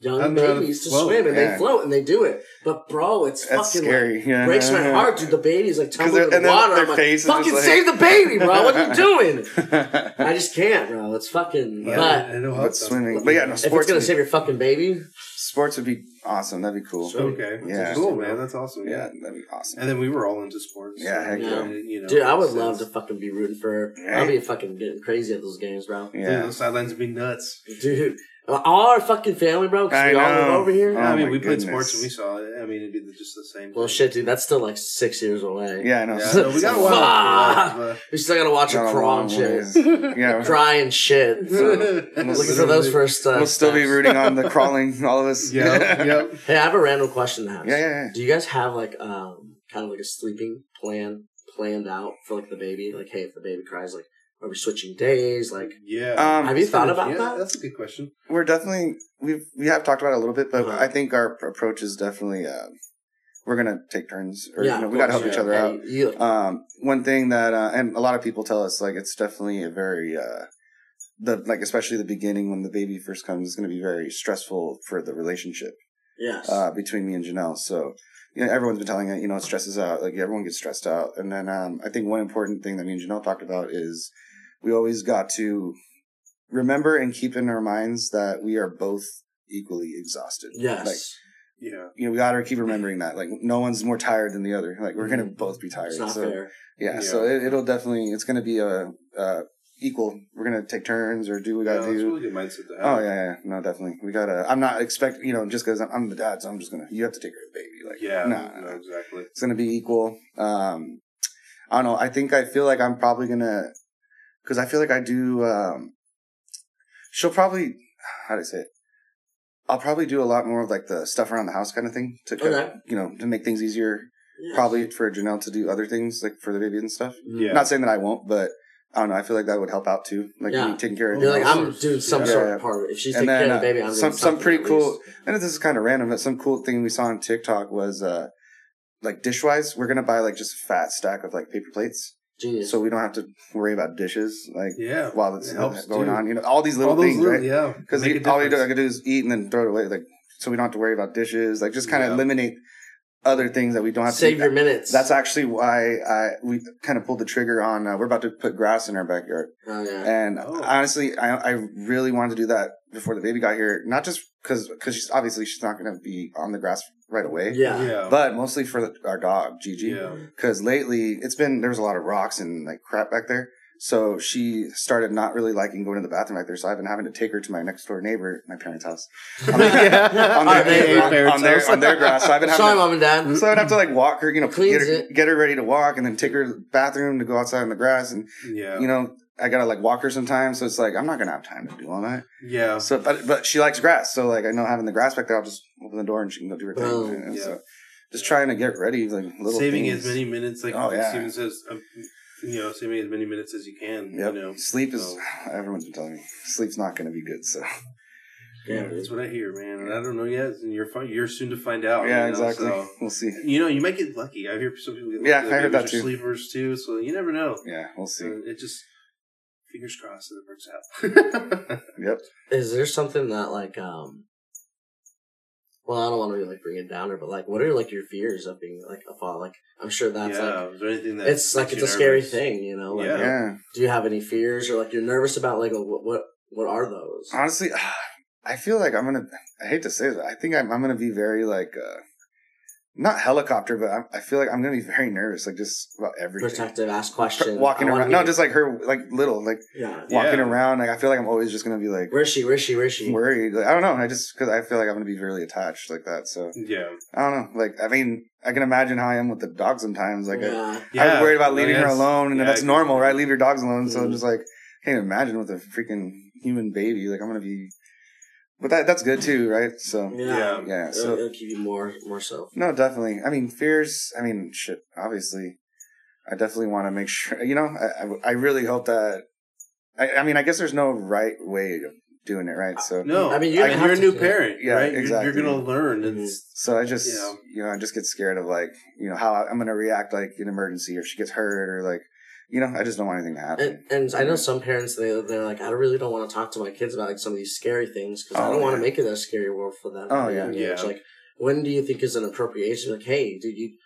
[SPEAKER 2] young
[SPEAKER 3] And they're
[SPEAKER 2] babies to
[SPEAKER 3] float,
[SPEAKER 2] swim and
[SPEAKER 4] yeah.
[SPEAKER 2] they float and they do it. But bro, it's
[SPEAKER 4] That's
[SPEAKER 2] fucking
[SPEAKER 4] scary. <laughs>
[SPEAKER 2] like,
[SPEAKER 4] Yeah.
[SPEAKER 2] breaks my heart,
[SPEAKER 4] <laughs>
[SPEAKER 2] dude. The baby's like
[SPEAKER 4] 'Cause
[SPEAKER 2] tumbling
[SPEAKER 4] they're-
[SPEAKER 2] in the
[SPEAKER 4] and their-
[SPEAKER 2] water.
[SPEAKER 4] their
[SPEAKER 2] I'm like,
[SPEAKER 4] face is just
[SPEAKER 2] fucking
[SPEAKER 4] like-
[SPEAKER 2] save the baby, bro. What
[SPEAKER 4] <laughs>
[SPEAKER 2] are you doing? I just can't, bro. It's fucking.
[SPEAKER 3] Yeah, I know how
[SPEAKER 4] but
[SPEAKER 3] it sounds.
[SPEAKER 4] swimming, but yeah, no
[SPEAKER 2] but if it's
[SPEAKER 4] sports.
[SPEAKER 2] gonna
[SPEAKER 4] would-
[SPEAKER 2] save your fucking baby,
[SPEAKER 4] sports would be awesome. That'd be cool.
[SPEAKER 2] Sure.
[SPEAKER 3] Okay.
[SPEAKER 4] Yeah.
[SPEAKER 3] Cool, man. That's awesome.
[SPEAKER 4] Yeah,
[SPEAKER 3] Yeah.
[SPEAKER 4] that'd be awesome.
[SPEAKER 3] And then we were all into sports.
[SPEAKER 4] Yeah, heck
[SPEAKER 2] Yeah.
[SPEAKER 3] yeah. You know,
[SPEAKER 2] dude, I would
[SPEAKER 3] it's-
[SPEAKER 2] love to fucking be rooting for her.
[SPEAKER 4] Yeah.
[SPEAKER 2] I'd be fucking getting crazy at those games, bro.
[SPEAKER 3] Dude,
[SPEAKER 4] Yeah. Oh
[SPEAKER 3] those sidelines would be nuts.
[SPEAKER 2] Dude, all our fucking family, bro. Because
[SPEAKER 4] I
[SPEAKER 2] we all live
[SPEAKER 4] know.
[SPEAKER 2] over here.
[SPEAKER 4] Oh
[SPEAKER 3] I mean,
[SPEAKER 4] my
[SPEAKER 3] we played
[SPEAKER 4] goodness.
[SPEAKER 3] sports and we saw it. I mean, it'd be the- just the same.
[SPEAKER 2] Well,
[SPEAKER 3] thing.
[SPEAKER 2] shit, dude. That's still like six years away.
[SPEAKER 4] Yeah, I know.
[SPEAKER 3] Yeah, so we got a
[SPEAKER 2] Fuck. <laughs>
[SPEAKER 3] while.
[SPEAKER 2] We still gotta watch her
[SPEAKER 4] Got a
[SPEAKER 2] crawl and
[SPEAKER 4] long
[SPEAKER 2] shit. <laughs>
[SPEAKER 4] ways. yeah,
[SPEAKER 2] Cry and shit.
[SPEAKER 3] <laughs>
[SPEAKER 2] So, looking for those first. Uh,
[SPEAKER 4] we'll still be
[SPEAKER 2] steps.
[SPEAKER 4] rooting on
[SPEAKER 2] <laughs>
[SPEAKER 4] the crawling. All of us. <laughs>
[SPEAKER 3] Yeah. Yep.
[SPEAKER 2] Hey, I have a random question to ask.
[SPEAKER 4] Yeah, yeah, yeah.
[SPEAKER 2] Do you guys have like um kind of like a sleeping plan planned out for like the baby? Like, hey, if the baby cries, like, are we switching days? Like,
[SPEAKER 3] Yeah.
[SPEAKER 4] Um,
[SPEAKER 2] have you thought about
[SPEAKER 3] yeah,
[SPEAKER 2] that?
[SPEAKER 3] That's a good question.
[SPEAKER 4] we're definitely we've we have talked about it a little bit, but
[SPEAKER 2] Uh-huh.
[SPEAKER 4] I think our approach is definitely uh, we're gonna take turns, or you know,
[SPEAKER 2] of
[SPEAKER 4] we gotta
[SPEAKER 2] course,
[SPEAKER 4] help each
[SPEAKER 2] yeah.
[SPEAKER 4] other
[SPEAKER 2] Hey,
[SPEAKER 4] out.
[SPEAKER 2] you-
[SPEAKER 4] Um, one thing that uh, and a lot of people tell us like it's definitely a very uh, the like especially the beginning when the baby first comes is going to be very stressful for the relationship
[SPEAKER 2] yes.
[SPEAKER 4] uh, between me and Janelle. So, you know, everyone's been telling it, you know, it stresses out. Like everyone gets stressed out. And then um, I think one important thing that me and Janelle talked about is we always got to remember and keep in our minds that we are both equally exhausted.
[SPEAKER 2] yes.
[SPEAKER 4] Like,
[SPEAKER 3] Yeah.
[SPEAKER 4] you know, we got to keep remembering that. Like no one's more tired than the other. Like we're going to both be tired.
[SPEAKER 2] it's not
[SPEAKER 4] so,
[SPEAKER 2] fair.
[SPEAKER 4] Yeah,
[SPEAKER 3] Yeah.
[SPEAKER 4] So it, it'll definitely, it's going to be a, uh, equal. We're going to take turns or do what we
[SPEAKER 3] Yeah,
[SPEAKER 4] got
[SPEAKER 3] that's
[SPEAKER 4] to
[SPEAKER 3] a
[SPEAKER 4] do.
[SPEAKER 3] really good mindset to
[SPEAKER 4] Oh
[SPEAKER 3] have.
[SPEAKER 4] yeah, yeah, no, definitely. We gotta. I'm not expect. You know, just because I'm, I'm the dad, so I'm just gonna. You have to take care of the baby. Like,
[SPEAKER 3] Yeah.
[SPEAKER 4] no,
[SPEAKER 3] no,
[SPEAKER 4] no,
[SPEAKER 3] exactly.
[SPEAKER 4] it's gonna be equal. Um, I don't know. I think I feel like I'm probably gonna, because I feel like I do. Um, she'll probably. How do I say it? I'll probably do a lot more of like the stuff around the house kind of thing to, kind of,
[SPEAKER 2] Okay.
[SPEAKER 4] you know, to make things easier.
[SPEAKER 2] Yes.
[SPEAKER 4] Probably for Janelle to do other things like for the baby and stuff.
[SPEAKER 2] Mm.
[SPEAKER 3] Yeah.
[SPEAKER 4] Not saying that I won't, but I don't know. I feel like that would help out too. Like
[SPEAKER 2] Yeah.
[SPEAKER 4] me taking care of.
[SPEAKER 2] You're
[SPEAKER 4] the
[SPEAKER 2] like,
[SPEAKER 4] house.
[SPEAKER 2] I'm doing some
[SPEAKER 3] Yeah.
[SPEAKER 2] sort
[SPEAKER 4] Yeah.
[SPEAKER 2] of part. of it. If she's taking
[SPEAKER 4] And then,
[SPEAKER 2] care
[SPEAKER 4] uh,
[SPEAKER 2] of the baby, I'm
[SPEAKER 4] some
[SPEAKER 2] doing
[SPEAKER 4] some
[SPEAKER 2] something
[SPEAKER 4] pretty
[SPEAKER 2] at
[SPEAKER 4] cool.
[SPEAKER 2] least.
[SPEAKER 4] And this is kind of random, but some cool thing we saw on TikTok was uh, like dishwise. We're gonna buy like just a fat stack of like paper plates,
[SPEAKER 2] Genius.
[SPEAKER 4] so we don't have to worry about dishes like
[SPEAKER 3] Yeah.
[SPEAKER 4] while it's
[SPEAKER 3] It helps,
[SPEAKER 4] going
[SPEAKER 3] too.
[SPEAKER 4] on. You know, all these little
[SPEAKER 3] All those
[SPEAKER 4] things,
[SPEAKER 3] little-
[SPEAKER 4] right?
[SPEAKER 3] Yeah.
[SPEAKER 4] Because
[SPEAKER 3] Make a
[SPEAKER 4] all you do, I
[SPEAKER 3] difference.
[SPEAKER 4] could do is eat and then throw it away. Like so, we don't have to worry about dishes. Like just kind of
[SPEAKER 3] Yeah.
[SPEAKER 4] eliminate other things that we don't have
[SPEAKER 2] Save
[SPEAKER 4] to. eat.
[SPEAKER 2] your minutes.
[SPEAKER 4] That's actually why I we kind of pulled the trigger on. Uh, we're about to put grass in our backyard.
[SPEAKER 2] Oh, yeah.
[SPEAKER 4] And
[SPEAKER 3] Oh.
[SPEAKER 4] honestly, I I really wanted to do that before the baby got here. Not just because because she's obviously she's not going to be on the grass right away.
[SPEAKER 2] yeah.
[SPEAKER 3] Yeah.
[SPEAKER 4] But mostly for our dog Gigi.
[SPEAKER 3] yeah.
[SPEAKER 4] <laughs>
[SPEAKER 3] <laughs>
[SPEAKER 4] Because lately it's been there's a lot of rocks and like crap back there. So she started not really liking going to the bathroom back there. So I've been having to take her to my next door neighbor, my parents' house, on their, on
[SPEAKER 2] Our
[SPEAKER 4] their,
[SPEAKER 2] neighbor.
[SPEAKER 4] on, on their, on their
[SPEAKER 3] <laughs>
[SPEAKER 4] grass. So I've been having
[SPEAKER 2] Sorry,
[SPEAKER 4] to-
[SPEAKER 2] mom and dad.
[SPEAKER 4] so I'd have to like walk her, you know, get
[SPEAKER 2] Cleans
[SPEAKER 4] her,
[SPEAKER 2] it.
[SPEAKER 4] get her ready to walk, and then take her to the bathroom to go outside on the grass, and
[SPEAKER 3] Yeah.
[SPEAKER 4] you know, I gotta like walk her sometimes. So it's like I'm not gonna have time to do all that.
[SPEAKER 3] yeah.
[SPEAKER 4] So, but but she likes grass, so like I know having the grass back there, I'll just open the door and she can go do her thing.
[SPEAKER 2] Oh,
[SPEAKER 4] you know,
[SPEAKER 3] yeah.
[SPEAKER 4] So just trying to get ready, like little
[SPEAKER 3] saving
[SPEAKER 4] things.
[SPEAKER 3] as many minutes, like
[SPEAKER 4] Oh, yeah.
[SPEAKER 3] Steven says, um, you know, saving as many minutes as you can.
[SPEAKER 4] Yep.
[SPEAKER 3] You know, Oh.
[SPEAKER 4] Sleep is
[SPEAKER 3] So,
[SPEAKER 4] <sighs> everyone's been telling me sleep's not gonna be
[SPEAKER 3] <laughs>
[SPEAKER 4] good. So
[SPEAKER 3] yeah,
[SPEAKER 2] Yeah,
[SPEAKER 3] that's what I hear, man. And I don't know yet, and you're fun, you're soon to find out.
[SPEAKER 4] yeah,
[SPEAKER 3] you know,
[SPEAKER 4] exactly.
[SPEAKER 3] Oh, so-
[SPEAKER 4] <laughs> We'll see.
[SPEAKER 3] you know, you might get lucky. I hear some people get lucky.
[SPEAKER 4] Yeah,
[SPEAKER 3] their
[SPEAKER 4] I heard
[SPEAKER 3] babies
[SPEAKER 4] that
[SPEAKER 3] are
[SPEAKER 4] too.
[SPEAKER 3] Sleepers too, so you never know.
[SPEAKER 4] Yeah, we'll see.
[SPEAKER 3] So it just fingers crossed that it works out. <laughs>
[SPEAKER 4] Yep.
[SPEAKER 2] is there something that like um well i don't want to be like bringing it down or but like what are like your fears of being like a father like i'm sure that's
[SPEAKER 3] yeah,
[SPEAKER 2] like
[SPEAKER 3] is there anything that
[SPEAKER 2] it's like
[SPEAKER 3] makes
[SPEAKER 2] it's a
[SPEAKER 3] you
[SPEAKER 2] scary
[SPEAKER 3] nervous?
[SPEAKER 2] thing you know like
[SPEAKER 3] Yeah.
[SPEAKER 4] yeah.
[SPEAKER 2] do you have any fears or like you're nervous about like what what what are those
[SPEAKER 4] honestly <sighs> i feel like i'm gonna i hate to say that i think i'm, I'm gonna be very like uh not helicopter but I'm, i feel like i'm gonna be very nervous like just about everything
[SPEAKER 2] protective ask
[SPEAKER 4] Her
[SPEAKER 2] questions
[SPEAKER 4] walking
[SPEAKER 2] I wanna
[SPEAKER 4] around no
[SPEAKER 2] be-
[SPEAKER 4] just like her like little like
[SPEAKER 2] yeah
[SPEAKER 4] walking
[SPEAKER 3] Yeah.
[SPEAKER 4] around like i feel like i'm always just gonna be like
[SPEAKER 2] where's she where's she where's she
[SPEAKER 4] worried like, i don't know i just because i feel like i'm gonna be really attached like that so
[SPEAKER 3] Yeah,
[SPEAKER 4] i don't know like i mean i can imagine how i am with the dog sometimes like I,
[SPEAKER 2] yeah
[SPEAKER 3] yeah.
[SPEAKER 4] i'm worried about leaving
[SPEAKER 3] Like,
[SPEAKER 4] her
[SPEAKER 3] that's-
[SPEAKER 4] alone and
[SPEAKER 3] yeah,
[SPEAKER 4] that's
[SPEAKER 3] I-
[SPEAKER 4] normal right leave your dogs alone so i'm
[SPEAKER 2] Mhm.
[SPEAKER 4] just like can't even imagine with a freaking human baby like i'm gonna be but that that's good too right so
[SPEAKER 2] yeah,
[SPEAKER 3] Yeah.
[SPEAKER 4] yeah
[SPEAKER 2] It'll,
[SPEAKER 4] so
[SPEAKER 2] it'll keep you more more so
[SPEAKER 4] no definitely i mean fears i mean shit obviously i definitely want to make sure you know I, I I really hope that I, I mean i guess there's no right way of doing it right so
[SPEAKER 3] No,
[SPEAKER 2] I mean, you
[SPEAKER 3] you're,
[SPEAKER 2] don't
[SPEAKER 3] you're
[SPEAKER 2] have to
[SPEAKER 3] a
[SPEAKER 2] Mm-hmm.
[SPEAKER 3] new
[SPEAKER 2] do it.
[SPEAKER 3] parent,
[SPEAKER 4] Yeah,
[SPEAKER 3] right? You're- You're,
[SPEAKER 4] exactly.
[SPEAKER 3] gonna learn, and it's-
[SPEAKER 4] so i just
[SPEAKER 3] Yeah.
[SPEAKER 4] you know i just get scared of like you know how i'm gonna react like in emergency or if she gets hurt or like you know i just don't want anything to happen
[SPEAKER 2] and, and I know some parents they they're like I really don't want to talk to my kids about like some of these scary things because I
[SPEAKER 4] Oh,
[SPEAKER 2] don't want
[SPEAKER 4] yeah.
[SPEAKER 2] to make it a scary world for them.
[SPEAKER 4] Oh,
[SPEAKER 2] at a
[SPEAKER 4] yeah.
[SPEAKER 2] young
[SPEAKER 3] Yeah.
[SPEAKER 2] age. Like when do you think is an appropriation? Like hey, dude, you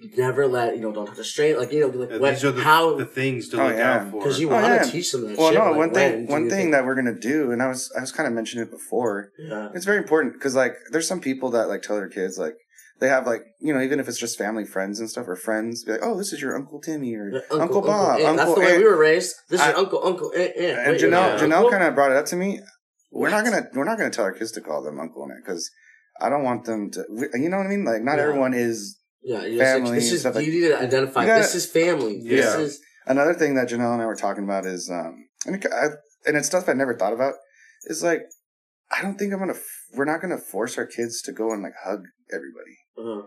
[SPEAKER 2] you never let you know don't have to strain like you know like
[SPEAKER 3] uh,
[SPEAKER 2] what,
[SPEAKER 3] these are the,
[SPEAKER 2] how
[SPEAKER 3] the things to
[SPEAKER 4] Oh,
[SPEAKER 3] look
[SPEAKER 4] yeah.
[SPEAKER 3] out for.
[SPEAKER 2] because you
[SPEAKER 4] Oh,
[SPEAKER 2] want to
[SPEAKER 4] yeah.
[SPEAKER 2] teach them that.
[SPEAKER 4] well
[SPEAKER 2] shit,
[SPEAKER 4] no
[SPEAKER 2] like,
[SPEAKER 4] one
[SPEAKER 2] when
[SPEAKER 4] thing
[SPEAKER 2] do
[SPEAKER 4] one
[SPEAKER 2] you
[SPEAKER 4] thing
[SPEAKER 2] think-
[SPEAKER 4] that we're gonna do and i was i was kind of mentioning it before
[SPEAKER 2] yeah.
[SPEAKER 4] it's very important because like there's some people that like tell their kids like they have like you know even if it's just family friends and stuff or friends be like oh this is your uncle timmy or uncle, bob
[SPEAKER 2] eh,
[SPEAKER 4] uncle,
[SPEAKER 2] that's the way
[SPEAKER 4] Aunt."
[SPEAKER 2] we were raised. This
[SPEAKER 4] I-
[SPEAKER 2] is uncle, uncle, eh, eh.
[SPEAKER 4] and
[SPEAKER 2] Wait,
[SPEAKER 4] janelle
[SPEAKER 2] yeah.
[SPEAKER 4] janelle
[SPEAKER 2] Uncle?
[SPEAKER 4] kind of brought it up to me we're not
[SPEAKER 2] What?
[SPEAKER 4] gonna we're not gonna tell our kids to call them uncle and aunt because i don't want them to we- you know what i mean like not
[SPEAKER 2] Yeah.
[SPEAKER 4] everyone is
[SPEAKER 2] yeah, you're
[SPEAKER 4] family
[SPEAKER 2] like,
[SPEAKER 4] and
[SPEAKER 2] this is
[SPEAKER 4] stuff like-
[SPEAKER 2] you need to identify.
[SPEAKER 4] You gotta-
[SPEAKER 2] this is family. This
[SPEAKER 3] Yeah.
[SPEAKER 2] is
[SPEAKER 4] another thing that janelle and i were talking about is um and, it, I, and it's stuff i never thought about is like i don't think i'm gonna f- we're not gonna force our kids to go and like hug everybody
[SPEAKER 2] uh,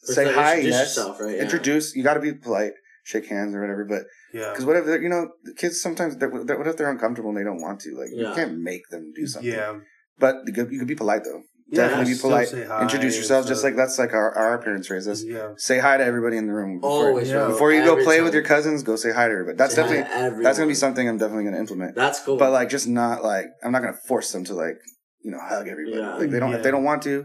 [SPEAKER 4] say
[SPEAKER 2] like,
[SPEAKER 4] hi
[SPEAKER 2] introduce
[SPEAKER 4] yes
[SPEAKER 2] yourself, right? Yeah.
[SPEAKER 4] introduce you got to be polite shake hands or whatever but
[SPEAKER 3] yeah,
[SPEAKER 4] because what if they're you know the kids sometimes they're, they're- what if they're uncomfortable and they don't want to like you
[SPEAKER 2] Yeah.
[SPEAKER 4] can't make them do something
[SPEAKER 3] yeah,
[SPEAKER 4] but you could, you could be polite though
[SPEAKER 3] Yeah,
[SPEAKER 4] definitely be
[SPEAKER 3] still
[SPEAKER 4] polite
[SPEAKER 3] say hi
[SPEAKER 4] introduce
[SPEAKER 3] and
[SPEAKER 4] yourselves just
[SPEAKER 3] stuff.
[SPEAKER 4] like that's like our, our parents raised us
[SPEAKER 3] yeah.
[SPEAKER 4] say hi to everybody in the room before,
[SPEAKER 2] Always,
[SPEAKER 3] Yeah.
[SPEAKER 2] bro.
[SPEAKER 4] before you go
[SPEAKER 2] Every
[SPEAKER 4] play
[SPEAKER 2] time.
[SPEAKER 4] with your cousins go say hi to everybody that's
[SPEAKER 2] Say hi to
[SPEAKER 4] definitely
[SPEAKER 2] everyone.
[SPEAKER 4] that's gonna be something i'm definitely gonna implement
[SPEAKER 2] That's cool.
[SPEAKER 4] but like just not like i'm not gonna force them to like you know hug everybody
[SPEAKER 2] Yeah.
[SPEAKER 4] like they don't if
[SPEAKER 3] Yeah.
[SPEAKER 4] they don't want to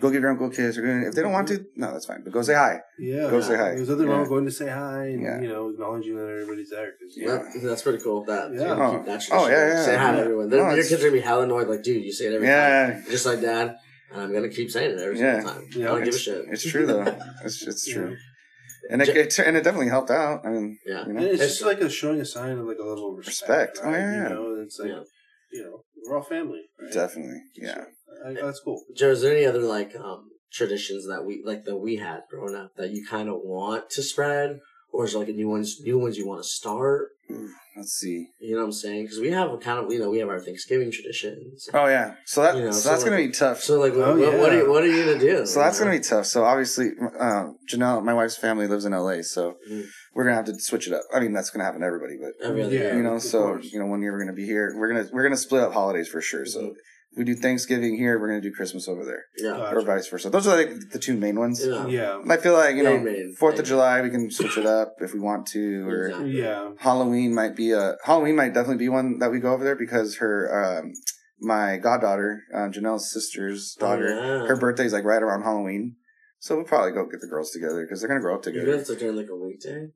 [SPEAKER 4] go give your uncle a kiss or if they don't want
[SPEAKER 2] Mm-hmm.
[SPEAKER 4] to no that's fine but go say hi
[SPEAKER 3] Yeah,
[SPEAKER 4] Go say hi.
[SPEAKER 3] There's nothing wrong
[SPEAKER 4] Yeah.
[SPEAKER 3] with going to say hi and
[SPEAKER 4] Yeah.
[SPEAKER 3] you know acknowledging that everybody's there. 'cause,
[SPEAKER 4] Yeah.
[SPEAKER 2] That- that's pretty cool. That
[SPEAKER 3] Yeah.
[SPEAKER 2] you keep that
[SPEAKER 4] Oh,
[SPEAKER 2] tradition.
[SPEAKER 4] yeah, yeah,
[SPEAKER 2] Say hi to
[SPEAKER 4] yeah.
[SPEAKER 2] everyone.
[SPEAKER 4] No,
[SPEAKER 2] Then your
[SPEAKER 4] it's-
[SPEAKER 2] kids are gonna be hella annoyed. Like, dude, you say it every time.
[SPEAKER 4] yeah
[SPEAKER 2] Just like dad, and I'm gonna keep saying it every
[SPEAKER 4] Yeah.
[SPEAKER 2] single time.
[SPEAKER 3] Yeah.
[SPEAKER 2] I don't give a
[SPEAKER 4] it's,
[SPEAKER 2] shit.
[SPEAKER 4] it's true though it's, it's
[SPEAKER 3] Yeah.
[SPEAKER 4] true and it,
[SPEAKER 2] Ju-
[SPEAKER 4] it and it definitely helped out i mean
[SPEAKER 2] Yeah.
[SPEAKER 4] you
[SPEAKER 3] And
[SPEAKER 4] know
[SPEAKER 3] it's just like a showing a sign of like a level of respect.
[SPEAKER 4] Respect. Oh, yeah, yeah.
[SPEAKER 3] You know, and it's like
[SPEAKER 2] Yeah.
[SPEAKER 3] you know we're all family. right?
[SPEAKER 4] definitely yeah
[SPEAKER 3] I, that's cool.
[SPEAKER 2] Joe, is there any other like um traditions that we like that we had growing up that you kind of want to spread, or is there, like new ones new ones you want to start?
[SPEAKER 4] let's see
[SPEAKER 2] You know what I'm saying? Because we have a kind of you know we have our Thanksgiving traditions.
[SPEAKER 4] oh yeah so that
[SPEAKER 2] You know,
[SPEAKER 4] so
[SPEAKER 2] so
[SPEAKER 4] that's
[SPEAKER 2] like-
[SPEAKER 4] gonna be tough so,
[SPEAKER 2] So like,
[SPEAKER 3] Oh,
[SPEAKER 2] what, what are
[SPEAKER 3] yeah.
[SPEAKER 2] you, what are you gonna do?
[SPEAKER 4] that's gonna be tough so obviously um janelle my wife's family lives in la so
[SPEAKER 2] Mhm.
[SPEAKER 4] we're gonna have to switch it up i mean that's gonna happen to everybody but
[SPEAKER 2] every other
[SPEAKER 3] Yeah.
[SPEAKER 2] year.
[SPEAKER 4] you know
[SPEAKER 3] of
[SPEAKER 4] so
[SPEAKER 3] course.
[SPEAKER 4] you know one year we're gonna be here we're gonna we're gonna split up holidays for sure so
[SPEAKER 2] Mhm.
[SPEAKER 4] we do thanksgiving here we're gonna do christmas over there
[SPEAKER 2] Yeah.
[SPEAKER 4] or vice versa those are like the two main ones
[SPEAKER 2] Yeah.
[SPEAKER 3] Yeah,
[SPEAKER 4] And i feel like you know
[SPEAKER 2] Amen.
[SPEAKER 4] fourth of
[SPEAKER 2] Amen.
[SPEAKER 4] july we can switch it up if we want to or
[SPEAKER 2] Exactly.
[SPEAKER 3] yeah.
[SPEAKER 4] halloween might be a halloween might definitely be one that we go over there because her um my goddaughter uh, janelle's sister's daughter
[SPEAKER 2] Oh, yeah.
[SPEAKER 4] her birthday's like right around halloween so we'll probably go get the girls together because they're gonna grow up
[SPEAKER 2] You're
[SPEAKER 4] together
[SPEAKER 2] gonna have to turn like a weekday.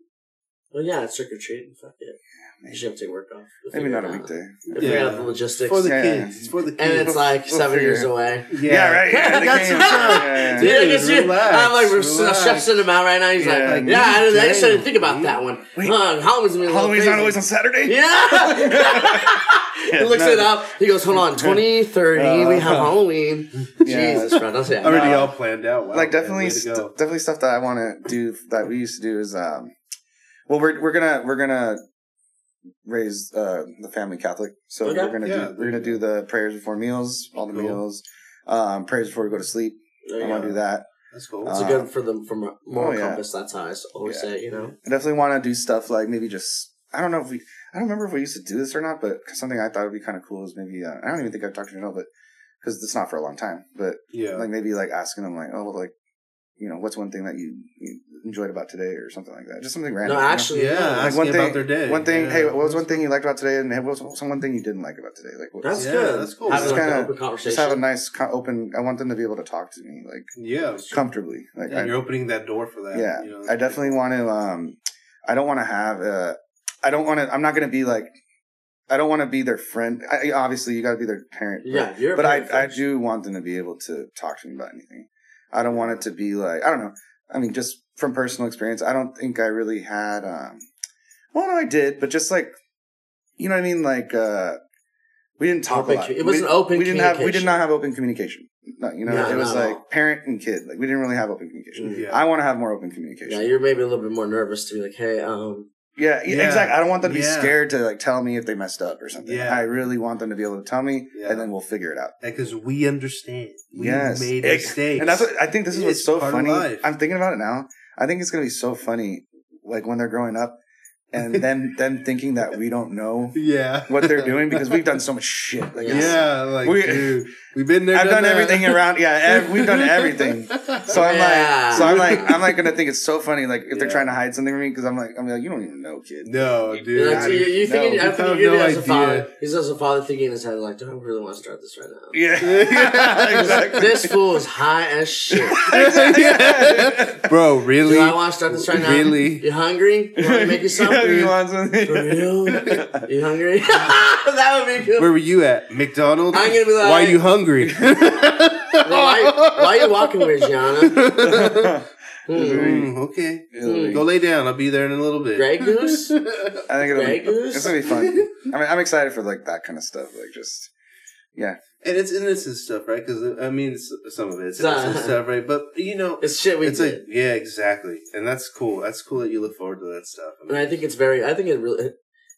[SPEAKER 2] Well, yeah, it's trick or treat. Fuck it. You should
[SPEAKER 4] Maybe,
[SPEAKER 2] have to take work off. We'll
[SPEAKER 4] maybe
[SPEAKER 2] figure
[SPEAKER 4] not
[SPEAKER 2] it
[SPEAKER 4] a
[SPEAKER 2] out.
[SPEAKER 4] weekday.
[SPEAKER 2] We'll
[SPEAKER 3] Yeah.
[SPEAKER 2] Figure out the logistics.
[SPEAKER 3] for the
[SPEAKER 4] Yeah.
[SPEAKER 3] kids. It's for the kids.
[SPEAKER 2] and it's like
[SPEAKER 4] We'll
[SPEAKER 2] seven
[SPEAKER 4] figure
[SPEAKER 2] years
[SPEAKER 4] it out.
[SPEAKER 2] away. <laughs>
[SPEAKER 4] Yeah, right. <laughs> Yeah, they
[SPEAKER 2] That's
[SPEAKER 4] came.
[SPEAKER 2] right.
[SPEAKER 4] Yeah, yeah, yeah.
[SPEAKER 2] Yeah,
[SPEAKER 3] Dude,
[SPEAKER 2] because you, I'm like
[SPEAKER 3] relax, relax.
[SPEAKER 2] stressing him out right now. He's
[SPEAKER 4] Yeah.
[SPEAKER 2] like, yeah, I, didn't, I just didn't think about
[SPEAKER 3] Damn.
[SPEAKER 2] that one.
[SPEAKER 4] Wait.
[SPEAKER 2] Huh, Halloween's, gonna be a little
[SPEAKER 4] Halloween's
[SPEAKER 2] crazy.
[SPEAKER 4] not always on Saturday. <laughs>
[SPEAKER 2] Yeah. <laughs> he looks
[SPEAKER 4] no. Uh,
[SPEAKER 2] it up. He goes, hold on, 2030, we have Halloween.
[SPEAKER 4] <laughs> Yeah.
[SPEAKER 2] Jesus, bro. That's it.
[SPEAKER 3] already
[SPEAKER 4] No.
[SPEAKER 3] all planned out. Wow,
[SPEAKER 4] like
[SPEAKER 3] man,
[SPEAKER 4] definitely,
[SPEAKER 3] way to
[SPEAKER 4] st-
[SPEAKER 3] go.
[SPEAKER 4] definitely stuff that I want to do that we used to do is um, well we're we're gonna we're gonna raise uh the family Catholic, so
[SPEAKER 2] Okay.
[SPEAKER 4] we're gonna
[SPEAKER 3] Yeah.
[SPEAKER 4] do, we're gonna do the prayers before meals, all the
[SPEAKER 3] Cool.
[SPEAKER 4] meals, um prayers before we go to sleep.
[SPEAKER 2] There you
[SPEAKER 4] I
[SPEAKER 2] go.
[SPEAKER 4] want to do that.
[SPEAKER 3] That's cool.
[SPEAKER 4] Uh,
[SPEAKER 2] It's a good for the for mor- moral
[SPEAKER 4] oh, yeah.
[SPEAKER 2] compass. That's how I s- always
[SPEAKER 4] Yeah.
[SPEAKER 2] say it, you know.
[SPEAKER 4] I definitely want to do stuff like maybe just I don't know if we I don't remember if we used to do this or not, but something I thought would be kind of cool is maybe uh, I don't even think I've talked to Janelle, but because it's not for a long time, but
[SPEAKER 3] yeah.
[SPEAKER 4] like maybe like asking them like oh like you know what's one thing that you, you enjoyed about today or something like that, just something random.
[SPEAKER 2] No,
[SPEAKER 4] you know?
[SPEAKER 2] actually,
[SPEAKER 3] yeah,
[SPEAKER 2] yeah.
[SPEAKER 3] asking
[SPEAKER 4] one thing-
[SPEAKER 3] about their day.
[SPEAKER 4] One thing,
[SPEAKER 3] Yeah.
[SPEAKER 4] hey, what was one thing you liked about today, and what was some one thing you didn't like about today? Like, what,
[SPEAKER 2] That's
[SPEAKER 3] Yeah,
[SPEAKER 2] good.
[SPEAKER 3] that's cool.
[SPEAKER 2] Having
[SPEAKER 4] Just
[SPEAKER 2] like an
[SPEAKER 4] kinda-
[SPEAKER 2] open
[SPEAKER 4] just
[SPEAKER 2] conversation.
[SPEAKER 4] have a nice, co- open. I want them to be able to talk to me, like
[SPEAKER 3] Yeah,
[SPEAKER 4] comfortably. Like,
[SPEAKER 3] Yeah,
[SPEAKER 4] I,
[SPEAKER 3] you're opening that door for that.
[SPEAKER 4] yeah,
[SPEAKER 3] you know?
[SPEAKER 4] I definitely want to. Um, I don't want to have. Uh, I don't want to. I'm not going to be like. I don't want to be their friend. I, I- obviously, you got to be their parent. but-
[SPEAKER 2] yeah, you're a
[SPEAKER 4] but I,
[SPEAKER 2] parent
[SPEAKER 4] I
[SPEAKER 2] first.
[SPEAKER 4] do want them to be able to talk to me about anything. I don't want it to be like I don't know. I mean, just from personal experience, I don't think I really had. um Well, no, I did, but just like you know what I mean. Like uh we didn't talk
[SPEAKER 2] Open
[SPEAKER 4] a lot.
[SPEAKER 2] commu- it
[SPEAKER 4] We
[SPEAKER 2] was an
[SPEAKER 4] didn't-
[SPEAKER 2] open
[SPEAKER 4] We didn't have. We did
[SPEAKER 2] communication.
[SPEAKER 4] not have open communication. No, you know,
[SPEAKER 2] No,
[SPEAKER 4] it was
[SPEAKER 2] not at
[SPEAKER 4] like
[SPEAKER 2] all.
[SPEAKER 4] parent and kid. Like we didn't really have open communication.
[SPEAKER 3] Yeah.
[SPEAKER 4] I want to have more open communication.
[SPEAKER 2] Yeah, you're maybe a little bit more nervous to be like, hey, um,
[SPEAKER 4] Yeah, yeah,
[SPEAKER 3] Yeah.
[SPEAKER 4] exactly. I don't want them to be
[SPEAKER 3] Yeah.
[SPEAKER 4] scared to like tell me if they messed up or something.
[SPEAKER 3] Yeah.
[SPEAKER 4] I really want them to be able to tell me,
[SPEAKER 3] Yeah.
[SPEAKER 4] and then we'll figure it out.
[SPEAKER 3] because we understand. We
[SPEAKER 4] yes,
[SPEAKER 3] made
[SPEAKER 4] It-
[SPEAKER 3] mistakes,
[SPEAKER 4] and that's what I think. This is what's
[SPEAKER 3] It's
[SPEAKER 4] so
[SPEAKER 3] part of
[SPEAKER 4] funny.
[SPEAKER 3] life.
[SPEAKER 4] I'm thinking about it now. I think it's gonna be so funny, like when they're growing up,
[SPEAKER 3] <laughs>
[SPEAKER 4] and then them thinking that we don't know
[SPEAKER 3] yeah,
[SPEAKER 4] what
[SPEAKER 3] <laughs>
[SPEAKER 4] they're doing because we've done so much shit. Like, it's-
[SPEAKER 3] yeah, like
[SPEAKER 4] We-
[SPEAKER 3] dude, we've been there.
[SPEAKER 4] I've done
[SPEAKER 3] that.
[SPEAKER 4] everything around. Yeah,
[SPEAKER 3] <laughs>
[SPEAKER 4] ev- we've done everything. So I'm
[SPEAKER 2] Yeah.
[SPEAKER 4] like, so I'm like, I'm like gonna think it's so funny. Like if they're
[SPEAKER 3] Yeah.
[SPEAKER 4] trying to hide something from me because I'm like, I'm like, you don't even know, kid.
[SPEAKER 3] no,
[SPEAKER 2] you're
[SPEAKER 3] dude.
[SPEAKER 2] like, you, you
[SPEAKER 4] no,
[SPEAKER 2] thinking,
[SPEAKER 4] you
[SPEAKER 2] I'm
[SPEAKER 3] have
[SPEAKER 2] thinking you're
[SPEAKER 3] no
[SPEAKER 2] as a father.
[SPEAKER 3] idea.
[SPEAKER 2] He's as a father thinking in his head, like, do I really want to start this right now?
[SPEAKER 4] <laughs>
[SPEAKER 3] <laughs>
[SPEAKER 4] Yeah,
[SPEAKER 2] This-
[SPEAKER 4] exactly.
[SPEAKER 2] This fool is high as
[SPEAKER 4] <laughs>
[SPEAKER 2] shit.
[SPEAKER 3] Bro, really?
[SPEAKER 2] Do I want to start this right now?
[SPEAKER 3] Really?
[SPEAKER 2] You hungry? You
[SPEAKER 4] <laughs>
[SPEAKER 2] want to make you
[SPEAKER 4] Yeah, you
[SPEAKER 2] something?
[SPEAKER 4] want something?
[SPEAKER 2] For
[SPEAKER 3] <laughs>
[SPEAKER 2] real? You hungry? <laughs> that would be cool.
[SPEAKER 3] Where were you at? McDonald's?
[SPEAKER 2] I'm gonna be like-
[SPEAKER 3] Why are
[SPEAKER 2] <laughs>
[SPEAKER 3] you hungry?
[SPEAKER 2] why, why are you walking weird,
[SPEAKER 4] <laughs>
[SPEAKER 2] Gianna? Hmm.
[SPEAKER 3] <laughs> Mm, okay.
[SPEAKER 4] <laughs> Really?
[SPEAKER 3] Go lay down. I'll be there in a little bit.
[SPEAKER 2] Grey
[SPEAKER 3] <laughs>
[SPEAKER 2] Goose?
[SPEAKER 4] I think it'll be,
[SPEAKER 2] Grey Goose?
[SPEAKER 4] it's gonna be fun.
[SPEAKER 2] <laughs>
[SPEAKER 4] I mean, I'm excited for like that kind of stuff. Like just
[SPEAKER 3] And it's innocent stuff, right? Because, I mean, it's, some of it's innocent stuff, right? But, you know,
[SPEAKER 2] uh, It's shit we
[SPEAKER 3] it's
[SPEAKER 2] did.
[SPEAKER 3] like, yeah, exactly. And that's cool. That's cool that you look forward to that stuff. I mean,
[SPEAKER 2] and I think it's very. I think it really.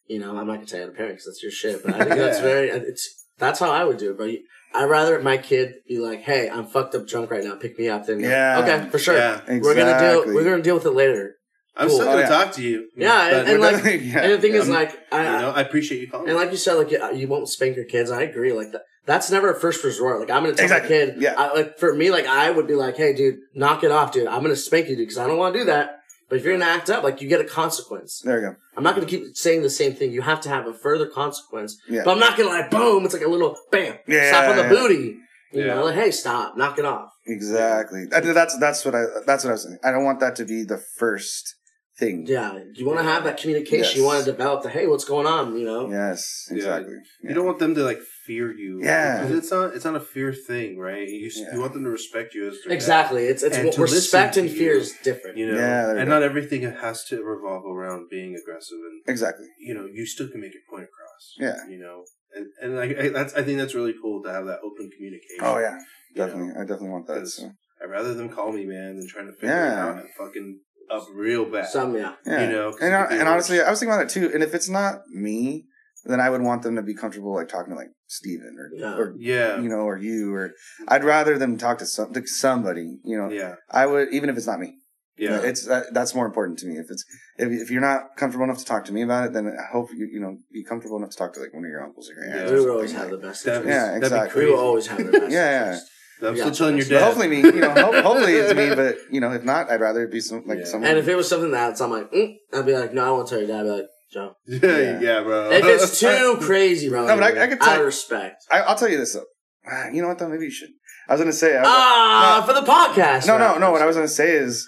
[SPEAKER 2] You know, I'm not gonna tell you how to parent because that's your shit. But I
[SPEAKER 3] <laughs>
[SPEAKER 2] think that's
[SPEAKER 3] Yeah.
[SPEAKER 2] very. It's that's how I would do it. But I'd rather my kid be like, "Hey, I'm fucked up drunk right now. Pick me up." Then
[SPEAKER 4] Yeah.
[SPEAKER 2] okay, for sure.
[SPEAKER 3] Yeah.
[SPEAKER 4] exactly.
[SPEAKER 2] We're gonna deal. We're gonna deal with it later.
[SPEAKER 3] I'm
[SPEAKER 2] Cool.
[SPEAKER 3] still
[SPEAKER 4] Oh,
[SPEAKER 3] going to
[SPEAKER 4] yeah.
[SPEAKER 3] talk to you.
[SPEAKER 2] Yeah,
[SPEAKER 3] But,
[SPEAKER 2] and
[SPEAKER 4] We're
[SPEAKER 2] like-
[SPEAKER 4] definitely- <laughs> yeah.
[SPEAKER 2] and the thing is,
[SPEAKER 3] I'm-
[SPEAKER 2] like, I,
[SPEAKER 3] you know, I appreciate you calling.
[SPEAKER 2] and like you said, like you, you won't spank your kids. I agree. Like that, that's never a first resort. Like I'm gonna tell
[SPEAKER 4] Exactly.
[SPEAKER 2] my kid.
[SPEAKER 4] Yeah.
[SPEAKER 2] I, like for me, like I would be like, "Hey, dude, knock it off, dude. I'm gonna spank you, dude, because I don't want to do that." But if you're gonna act up, like you get a consequence.
[SPEAKER 4] there you go.
[SPEAKER 2] I'm not going to keep saying the same thing. You have to have a further consequence.
[SPEAKER 4] Yeah.
[SPEAKER 2] But I'm not going to like, boom, it's like a little bam,
[SPEAKER 4] Yeah,
[SPEAKER 2] slap on the
[SPEAKER 4] yeah.
[SPEAKER 2] booty. You
[SPEAKER 3] Yeah.
[SPEAKER 2] know, like, hey, stop, knock it off.
[SPEAKER 4] Exactly. I- That's that's what I that's what I was saying. I don't want that to be the first thing.
[SPEAKER 2] Yeah. You want to have that communication.
[SPEAKER 4] Yes.
[SPEAKER 2] You want to develop the, hey, what's going on? You know?
[SPEAKER 4] Yes,
[SPEAKER 3] Yeah.
[SPEAKER 4] exactly.
[SPEAKER 3] You don't want them to like fear you.
[SPEAKER 4] Yeah.
[SPEAKER 3] Because it's not it's not a fear thing, right? You s
[SPEAKER 4] Yeah.
[SPEAKER 3] you want them to respect you as their dad,
[SPEAKER 2] Exactly. It's, it's
[SPEAKER 3] And
[SPEAKER 2] what
[SPEAKER 3] to listen
[SPEAKER 2] respect
[SPEAKER 3] to
[SPEAKER 2] and
[SPEAKER 3] you.
[SPEAKER 2] fear is different.
[SPEAKER 3] You know,
[SPEAKER 4] Yeah, there you
[SPEAKER 3] and
[SPEAKER 4] go.
[SPEAKER 3] not everything has to revolve around being aggressive, and
[SPEAKER 4] exactly.
[SPEAKER 3] you know, you still can make your point across.
[SPEAKER 4] Yeah.
[SPEAKER 3] You know, and and I, I that's I think that's really cool to have that open communication.
[SPEAKER 4] Oh yeah,
[SPEAKER 3] you know?
[SPEAKER 4] definitely. I definitely want that.
[SPEAKER 3] Because-
[SPEAKER 4] So.
[SPEAKER 3] I'd rather them call me man than trying to figure it
[SPEAKER 4] Yeah.
[SPEAKER 3] out and fucking up real bad.
[SPEAKER 2] Some, yeah.
[SPEAKER 4] Yeah.
[SPEAKER 3] You know, 'cause
[SPEAKER 4] and,
[SPEAKER 3] it
[SPEAKER 4] I-
[SPEAKER 3] could be
[SPEAKER 4] and
[SPEAKER 3] worse.
[SPEAKER 4] honestly, I was thinking about that too. And if it's not me, then I would want them to be comfortable like talking to like Steven or
[SPEAKER 2] Yeah.
[SPEAKER 4] or
[SPEAKER 3] yeah,
[SPEAKER 4] you know or you or I'd rather them talk to some to somebody. You know,
[SPEAKER 3] yeah,
[SPEAKER 4] I would even if it's not me.
[SPEAKER 3] yeah,
[SPEAKER 4] it's that, that's more important to me. If it's if, if you're not comfortable enough to talk to me about it, then I hope you you know be comfortable enough to talk to like one of your uncles or your
[SPEAKER 3] Yeah,
[SPEAKER 4] aunts.
[SPEAKER 2] we will
[SPEAKER 4] or something
[SPEAKER 2] always have
[SPEAKER 4] like
[SPEAKER 2] the best
[SPEAKER 3] That-
[SPEAKER 2] interest.
[SPEAKER 4] Yeah,
[SPEAKER 3] that'd be
[SPEAKER 4] exactly.
[SPEAKER 2] We will always have the best
[SPEAKER 4] Yeah,
[SPEAKER 2] interest.
[SPEAKER 3] I'm
[SPEAKER 2] Yeah.
[SPEAKER 3] still telling your
[SPEAKER 4] But
[SPEAKER 3] dad.
[SPEAKER 4] hopefully me, you know, ho- hopefully it's me, but you know, if not, I'd rather it be some like
[SPEAKER 3] Yeah.
[SPEAKER 4] someone.
[SPEAKER 2] And if it was something that's, I'm like, mm, I'd be like, no, I won't tell your dad. I'd be like, Joe.
[SPEAKER 3] <laughs> yeah, yeah, bro.
[SPEAKER 2] If
[SPEAKER 3] <laughs>
[SPEAKER 2] it's too crazy, bro,
[SPEAKER 4] No, but I- I could
[SPEAKER 2] out
[SPEAKER 4] tell-
[SPEAKER 2] of respect.
[SPEAKER 4] I, I'll tell you this though, Ah, you know what though? Maybe you should. I was gonna say, I was,
[SPEAKER 2] Ah,
[SPEAKER 4] No.
[SPEAKER 2] for the podcast.
[SPEAKER 4] no, no,
[SPEAKER 2] right?
[SPEAKER 4] no. What I was gonna say is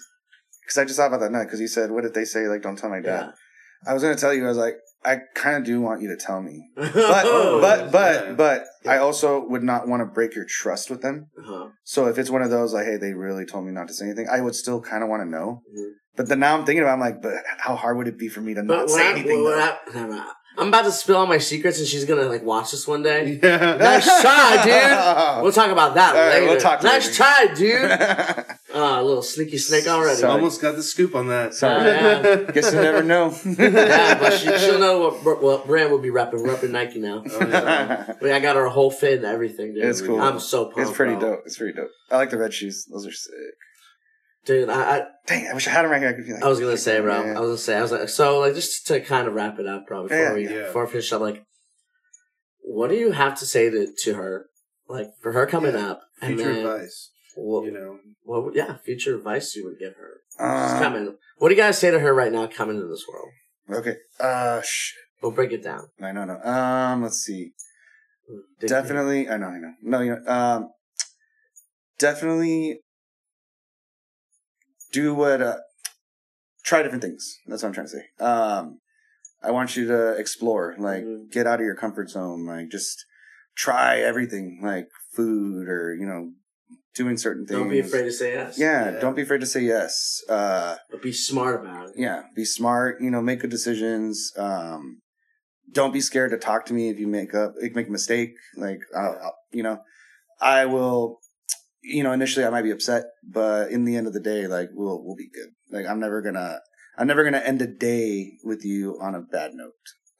[SPEAKER 4] because I just thought about that night because you said, "What did they say?" Like, don't tell my dad. I was gonna tell you, I was like, I kind of do want you to tell
[SPEAKER 2] <laughs>
[SPEAKER 4] me, but
[SPEAKER 3] Oh,
[SPEAKER 4] but but
[SPEAKER 3] yeah.
[SPEAKER 4] but I also would not want to break your trust with them.
[SPEAKER 2] Uh-huh.
[SPEAKER 4] So if it's one of those like, hey, they really told me not to say anything, I would still kind of want to know.
[SPEAKER 2] Mhm.
[SPEAKER 4] But then now I'm thinking about, it, I'm like, but how hard would it be for me to
[SPEAKER 2] But
[SPEAKER 4] not
[SPEAKER 2] when
[SPEAKER 4] say
[SPEAKER 2] I,
[SPEAKER 4] anything?
[SPEAKER 2] when
[SPEAKER 4] though?
[SPEAKER 2] I, never mind. I'm about to spill all my secrets, and she's gonna like watch this one day.
[SPEAKER 3] Yeah.
[SPEAKER 2] Nice try, dude.
[SPEAKER 4] <laughs>
[SPEAKER 2] We'll talk about that
[SPEAKER 4] All right,
[SPEAKER 2] later.
[SPEAKER 4] we'll talk
[SPEAKER 2] nice
[SPEAKER 4] later.
[SPEAKER 2] try,
[SPEAKER 4] <laughs>
[SPEAKER 2] dude. Ah, little sneaky snake already.
[SPEAKER 4] <laughs> Sorry.
[SPEAKER 3] Almost got the scoop on that.
[SPEAKER 4] Sorry.
[SPEAKER 2] Oh,
[SPEAKER 3] <laughs>
[SPEAKER 2] Yeah.
[SPEAKER 4] <laughs> Guess you never know.
[SPEAKER 2] <laughs> yeah, but
[SPEAKER 4] <laughs>
[SPEAKER 2] she, she'll know what, br- what brand will be repping. We're repping Nike now.
[SPEAKER 3] Oh,
[SPEAKER 4] <laughs>
[SPEAKER 3] yeah.
[SPEAKER 2] Like, I got her whole fit and everything, dude.
[SPEAKER 4] It's cool.
[SPEAKER 2] I'm so pumped.
[SPEAKER 4] it's pretty
[SPEAKER 2] bro.
[SPEAKER 4] dope. It's pretty dope. I like the red shoes. Those are sick.
[SPEAKER 2] dude. I, I
[SPEAKER 4] Dang, I wish I had them right here. I could be like,
[SPEAKER 2] I was gonna say, bro.
[SPEAKER 4] Yeah.
[SPEAKER 2] I was gonna say, I was like, so like just to kind of wrap it up, bro. Before
[SPEAKER 4] Yeah,
[SPEAKER 2] we
[SPEAKER 3] yeah.
[SPEAKER 2] before we finish up, like, what do you have to say to to her, like for her coming
[SPEAKER 3] Yeah.
[SPEAKER 2] up, and
[SPEAKER 3] Future
[SPEAKER 2] then
[SPEAKER 3] advice.
[SPEAKER 2] what,
[SPEAKER 3] You know.
[SPEAKER 2] what, would- yeah, future advice you would give her. She's
[SPEAKER 4] Um,
[SPEAKER 2] coming. What do you guys say to her right now, coming into this world?
[SPEAKER 4] okay. Uh, shh.
[SPEAKER 2] We'll break it down.
[SPEAKER 4] I know, no. Um, let's see.
[SPEAKER 2] Dig
[SPEAKER 4] Definitely. I know, I know. No, you know, um, definitely do what, uh, try different things. That's what I'm trying to say. Um, I want you to explore, like,
[SPEAKER 2] Mhm.
[SPEAKER 4] get out of your comfort zone, like, just try everything, like food or, you know, doing certain
[SPEAKER 2] deep.
[SPEAKER 4] things.
[SPEAKER 2] Don't be afraid to say yes.
[SPEAKER 4] Yeah,
[SPEAKER 3] Yeah.
[SPEAKER 4] don't be afraid to say yes. Uh,
[SPEAKER 2] But be smart about it.
[SPEAKER 4] yeah, be smart, you know, make good decisions. Um, don't be scared to talk to me if you make up, if you make a mistake. Like, I'll, I'll, you know, I will, you know, initially I might be upset, but in the end of the day, like, we'll, we'll be good. Like, I'm never gonna, I'm never gonna end a day with you on a bad note.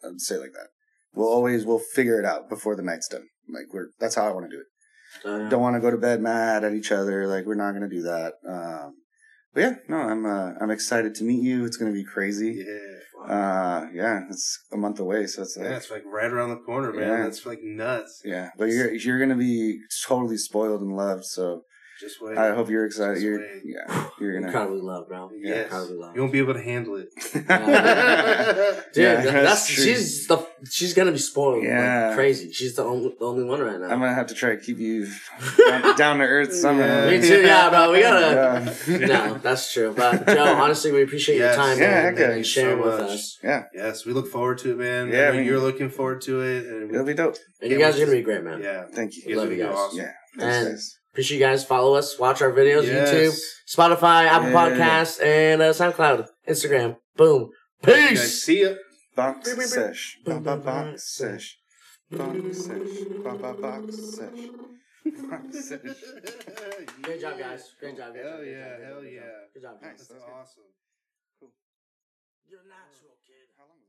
[SPEAKER 4] I'd say it like that. We'll always, we'll figure it out before the night's done. Like, we're, that's how I want to do it
[SPEAKER 2] Uh,
[SPEAKER 4] don't want to go to bed mad at each other. Like we're not gonna do that. Um, but yeah, no, I'm uh, I'm excited to meet you. It's gonna be crazy.
[SPEAKER 3] Yeah.
[SPEAKER 4] Uh, yeah, it's a month away, so it's like
[SPEAKER 3] Yeah, it's like right around the corner, man.
[SPEAKER 4] Yeah.
[SPEAKER 3] That's like nuts.
[SPEAKER 4] yeah. But you're you're gonna be totally spoiled and loved. So
[SPEAKER 3] Just wait.
[SPEAKER 4] I hope you're excited. You're
[SPEAKER 3] Sweet.
[SPEAKER 4] yeah, you're gonna.
[SPEAKER 2] incredibly love, bro.
[SPEAKER 3] Yes.
[SPEAKER 2] incredibly love.
[SPEAKER 3] You won't be able to
[SPEAKER 2] <laughs>
[SPEAKER 3] handle it.
[SPEAKER 4] <laughs>
[SPEAKER 2] Dude,
[SPEAKER 4] Yeah,
[SPEAKER 2] that- that's,
[SPEAKER 4] that's true.
[SPEAKER 2] she's the she's gonna be spoiled
[SPEAKER 4] Yeah.
[SPEAKER 2] like crazy. She's the only, the only one right now. <laughs>
[SPEAKER 4] I'm gonna have to try to keep you down, down to earth somehow.
[SPEAKER 2] Me too, yeah, bro. We gotta.
[SPEAKER 4] Yeah.
[SPEAKER 2] No, that's true. But
[SPEAKER 4] <laughs>
[SPEAKER 2] Joe, honestly, we appreciate
[SPEAKER 3] Yes.
[SPEAKER 2] your time
[SPEAKER 4] Yeah,
[SPEAKER 2] man,
[SPEAKER 4] heck yeah.
[SPEAKER 2] and sharing
[SPEAKER 3] So
[SPEAKER 2] with
[SPEAKER 3] much.
[SPEAKER 2] us.
[SPEAKER 3] <laughs> yes, we look forward to it, man.
[SPEAKER 4] Yeah,
[SPEAKER 3] Yeah,
[SPEAKER 4] I mean-
[SPEAKER 3] you're looking forward to it. And we,
[SPEAKER 4] It'll be dope.
[SPEAKER 2] And you guys are gonna be great, man.
[SPEAKER 3] yeah.
[SPEAKER 4] Thank you.
[SPEAKER 3] It's
[SPEAKER 2] Love
[SPEAKER 3] gonna
[SPEAKER 2] you
[SPEAKER 3] be
[SPEAKER 2] guys.
[SPEAKER 3] awesome.
[SPEAKER 4] Yeah,
[SPEAKER 2] And-
[SPEAKER 4] thanks, guys.
[SPEAKER 2] Appreciate you guys. Follow us. Watch our videos. YouTube,
[SPEAKER 3] Yes.
[SPEAKER 2] Spotify, Apple
[SPEAKER 4] Yeah.
[SPEAKER 2] Podcasts, and uh, SoundCloud, Instagram. Boom.
[SPEAKER 3] You
[SPEAKER 2] Peace.
[SPEAKER 3] guys see ya.
[SPEAKER 4] Box
[SPEAKER 2] Beep, beep, beep.
[SPEAKER 4] sesh. Ba ba box sesh. Box sesh. Ba ba box sesh. Box sesh.
[SPEAKER 3] <laughs>
[SPEAKER 2] Great job, guys. Great job. Great
[SPEAKER 3] Hell
[SPEAKER 2] job, great
[SPEAKER 3] yeah,
[SPEAKER 2] job,
[SPEAKER 3] hell
[SPEAKER 2] great job,
[SPEAKER 3] yeah.
[SPEAKER 2] Good job, guys.
[SPEAKER 4] Nice.
[SPEAKER 3] That's awesome.
[SPEAKER 2] You're natural, kid.
[SPEAKER 4] How long?